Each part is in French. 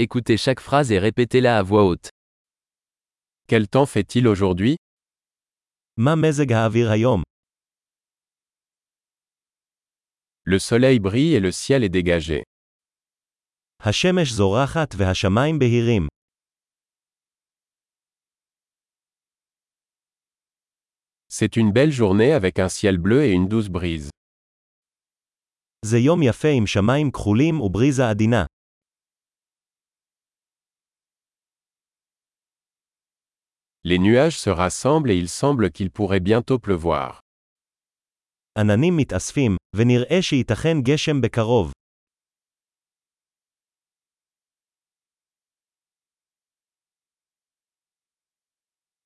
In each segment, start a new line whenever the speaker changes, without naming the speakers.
Écoutez chaque phrase et répétez-la à voix haute. Quel temps fait-il aujourd'hui
מה מזג האוויר היום?
Le soleil brille et le ciel est dégagé.
השמש זורחת והשמיים בהירים.
C'est une belle journée avec un ciel bleu et une douce brise.
זה יום יפה עם שמיים כחולים ובריזה עדינה.
Les nuages se rassemblent et il semble qu'il pourrait bientôt pleuvoir.
עננים מתאספים, ונראה שייתכן גשם בקרוב.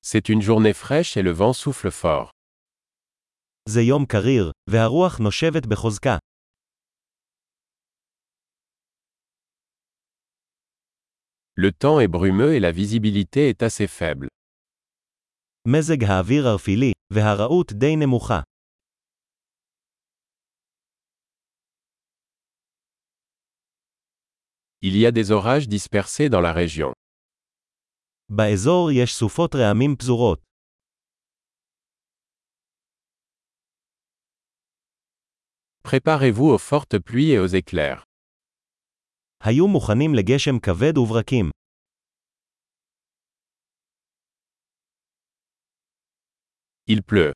C'est une journée fraîche et le vent souffle fort.
זה יום קריר, והרוח נושבת בחוזקה.
Le temps est brumeux et la visibilité est assez faible.
מזג האוויר ערפילי, והרעות די נמוכה.
Il y a des orages dispersés dans la région.
באזור יש סופות רעמים פזורות.
Préparez-vous aux fortes pluies et aux éclairs.
היו מוכנים לגשם כבד וברקים.
Il pleut.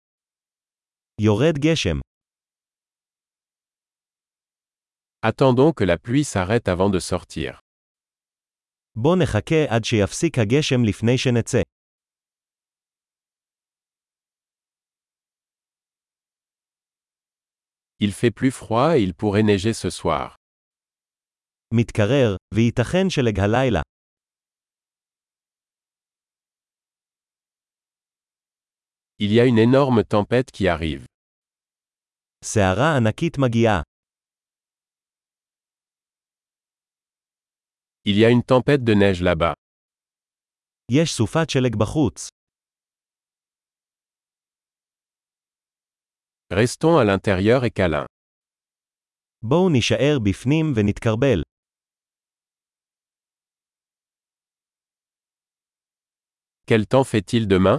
יורד גשם.
Attendons que la pluie s'arrête avant de sortir.
בוא נחכה עד שיפסיק הגשם לפני שנצא.
Il fait plus froid et il pourrait neiger ce soir.
מתקרר, וייתכן שלג הלילה.
Il y a une énorme tempête qui arrive.
סערה ענקית מגיעה.
Il y a une tempête de neige là-bas.
יש סופת שלג בחוץ.
Restons à l'intérieur et câlin.
בואו נישאר בפנים ונתקרבל.
Quel temps fait-il demain